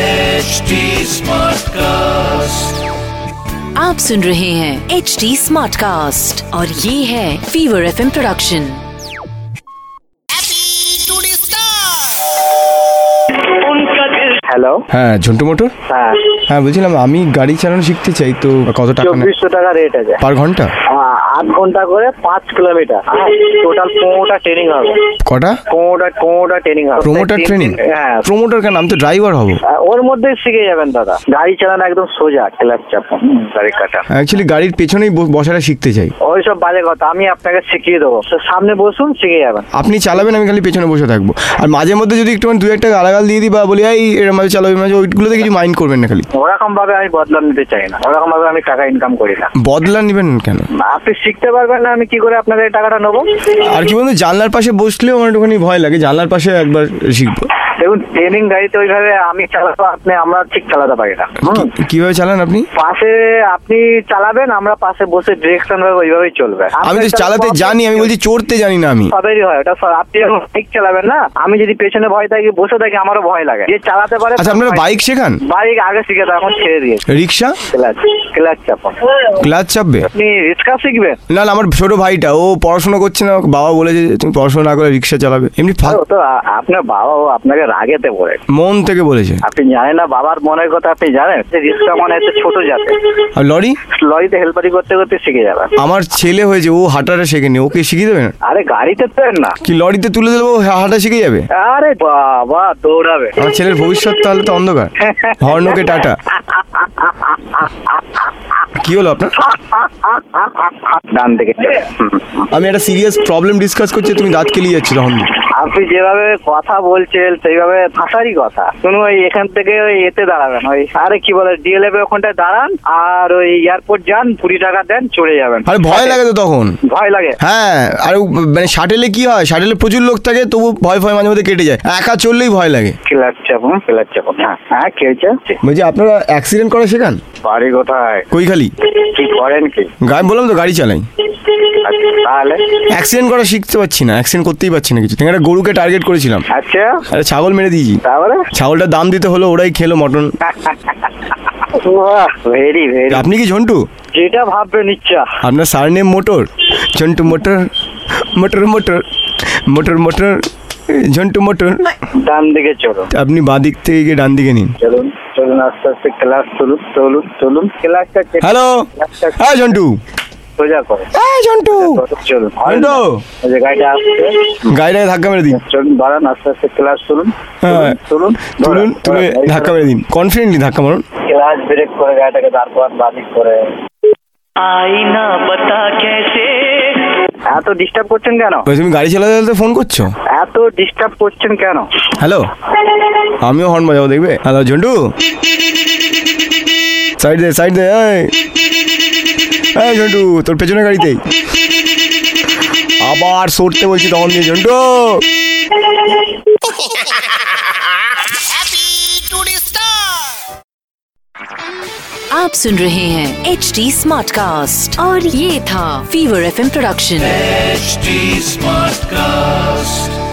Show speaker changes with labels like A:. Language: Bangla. A: HD Smartcast.
B: आप सुन रहे हैं एच डी स्मार्ट कास्ट और ये है फीवर एफ प्रोडक्शन
C: হ্যালো
D: হ্যাঁ ঝন্টু মোটর
C: হ্যাঁ
D: হ্যাঁ বলছিলাম আমি গাড়ি চালানো শিখতে চাই তো কত টাকা নেয়
C: চব্বিশশো টাকা রেট আছে
D: পার ঘন্টা
C: আ- আট ঘন্টা করে পাঁচ কিলোমিটার টোটাল পনেরোটা ট্রেনিং হবে
D: কটা
C: পনেরোটা পনেরোটা ট্রেনিং হবে
D: প্রোমোটার
C: আচ্ছা, তিন-
D: ট্রেনিং
C: হ্যাঁ
D: প্রোমোটার কেন আমি তো ড্রাইভার হব
C: আ- ওর মধ্যেই শিখে যাবেন দাদা গাড়ি চালানো একদম সোজা ক্লাস চাপ গাড়ি কাটা
D: অ্যাকচুয়ালি গাড়ির পেছনেই ব- বসাটা শিখতে চাই
C: ওইসব বাজে কথা আমি আপনাকে শিখিয়ে দেবো তো সামনে বসুন শিখে যাবেন
D: আপনি চালাবেন আমি খালি পেছনে বসে থাকবো আর মাঝে মধ্যে যদি একটু দু একটা গালাগাল দিয়ে দিই বা বলি এই এরম ভাবে চালাবি মানে ওইগুলোতে কিছু মাইন্ড করবেন না খালি
C: ওরকম ভাবে আমি বদলা নিতে চাই না ওরকম ভাবে আমি টাকা ইনকাম করি না
D: বদলা নেবেন কেন
C: আপনি শিখতে পারবেন না আমি কি করে আপনাদের এই টাকাটা নেবো
D: আর কি বলতো জানলার পাশে বসলেও আমার একটুখানি ভয় লাগে জানলার পাশে একবার শিখবো
C: দেখুন ট্রেনিং গাড়িতে ওইভাবে আমি চালাবো আপনি আমরা ঠিক চালাতে পারি না হুম।
D: কি- কিভাবে চালান আপনি
C: পাশে আপনি চালাবেন আমরা পাশে বসে ডিরেকশন ভাবে ওইভাবেই চলবে
D: আমি তো চালাতে জানি আমি বলছি চড়তে জানি না আমি
C: সবেরই হয় ওটা সব- আপনি যখন বাইক চালাবেন না আমি যদি পেছনে ভয় থাকি বসে থাকি আমারও ভয় লাগে যে চালাতে পারে
D: আচ্ছা আপনারা বাইক শেখান
C: বাইক আগে শিখে দাও এখন ছেড়ে দিয়েছে
D: রিক্সা
C: ক্লাচ ক্লাচ চাপন
D: ক্লাচ চাপবে
C: আপনি রিক্সা শিখবেন
D: না না আমার ছোট ভাইটা ও পড়াশোনা করছে না ওকে বাবা বলেছে যে তুমি পড়াশোনা না করে রিক্সা চালাবে এমনি ফাঁক
C: ও তো আ- আপনার বাবা ও আপনাকে রাগেতে পড়ে
D: মন থেকে বলেছে
C: আপনি জানেন না বাবার মনের কথা আপনি জানেন যে রিক্সা মানে একটা ছোট জাতে
D: আর লরি
C: লরিতে হেল্পারি করতে করতে শিখে যাবেন
D: আমার ছেলে হয়েছে ও হাঁটাটা শেখেনি ওকে শিখিয়ে দেবে না
C: আরে গাড়িতে পেন না
D: কি লরিতে তুলে দেবো ও হা- হাঁটা শিখে যাবে
C: আরে বাবা দৌড়াবে
D: আমার ছেলের ভবিষ্যৎ তাহলে তো অন্ধকার হর্নকে টাটা কি হলো আপনার
C: ডান দিকে চলে।
D: আমি একটা সিরিয়াস প্রবলেম ডিসকাস করছি তুমি দাঁত কেলিয়ে যাচ্ছি তখন
C: আপনি যেভাবে কথা বলছেন সেইভাবে ভাষারই কথা শুনুন ওই এখান থেকে ওই এতে দাঁড়াবেন ওই আরে কি বলে ডিএলএফ ওখানটায় দাঁড়ান আর ওই এয়ারপোর্ট যান কুড়ি টাকা দেন চলে যাবেন আচ্ছা,
D: আরে ভয় লাগে তো তখন
C: ভয় লাগে
D: হ্যাঁ আর ও মানে শাটেলে কি হয় শাটেলে প্রচুর লোক থাকে তবু ভয় ভয় মাঝে মধ্যে কেটে যায় একা চললেই ভয় লাগে
C: ক্লাস চাপুন ক্লাস চাপুন হ্যাঁ হ্যাঁ খেয়েছে
D: বলছি আপনারা অ্যাক্সিডেন্ট করা শেখান
C: বাড়ি কোথায়
D: কইখালি
C: কি করেন কি
D: গাড়ি বললাম তো গাড়ি চালাই
C: আচ্ছা, তাহলে
D: অ্যাক্সিডেন্ট করা শিখতে পারছি না অ্যাক্সিডেন্ট করতেই পারছি না কিছু আমি একটা গরুকে টার্গেট করেছিলাম
C: আচ্ছা
D: একটা ছাগল মেরে দিয়েছি
C: তারপরে
D: ছাগলটার দাম দিতে হলো ওরাই খেলো মটন
C: ভেরি ভেরি
D: আপনি কি ঝন্টু
C: যেটা ভাববেন ইচ্ছা
D: আপনার surname motor Jhantu motor motor motor motor motor Jhantu motor
C: ডান দিকে চলুন
D: আপনি বাঁ দিক থেকে গিয়ে ডান দিকে নিন
C: চলুন চলুন আস্তে আস্তে ক্লাস চলুন চলুন চলুন ক্লাসটা কেটে
D: হ্যালো হ্যাঁ ঝন্টু
C: সোজা করে
D: হ্যাঁ ঝন্টু
C: চলুন
D: ঝন্টু
C: ওই যে গাড়িটা আসছে
D: গাড়িটাকে ধাক্কা মেরে দিন
C: চলুন বাড়ান আস্তে আস্তে ক্লাস চলুন
D: হ্যাঁ।
C: চলুন
D: তুলুন তুলে ধাক্কা মেরে দিন কনফিডেন্টলি ধাক্কা মারুন
C: ক্লাস ব্রেক করে গাড়িটাকে দাঁড় করান বাদিক করে
E: आईना बता कैसे
C: এত ডিস্টার্ব করছেন কেন
D: বলছি, তুমি গাড়ি চালাতে চালাতে ফোন করছো
C: এত ডিস্টার্ব করছেন কেন
D: হ্যালো আমিও হর্ন বাজাবো দেখবে হ্যালো ঝন্টু সাইড দে সাইড দে এই। এই ঝন্টু তোর পেছনে গাড়িতে আবার সরতে বলছি তখন দিয়ে ঝন্টু
B: आप सुन रहे हैं एच डी स्मार्ट कास्ट और ये था fever F production
A: HD Smartcast.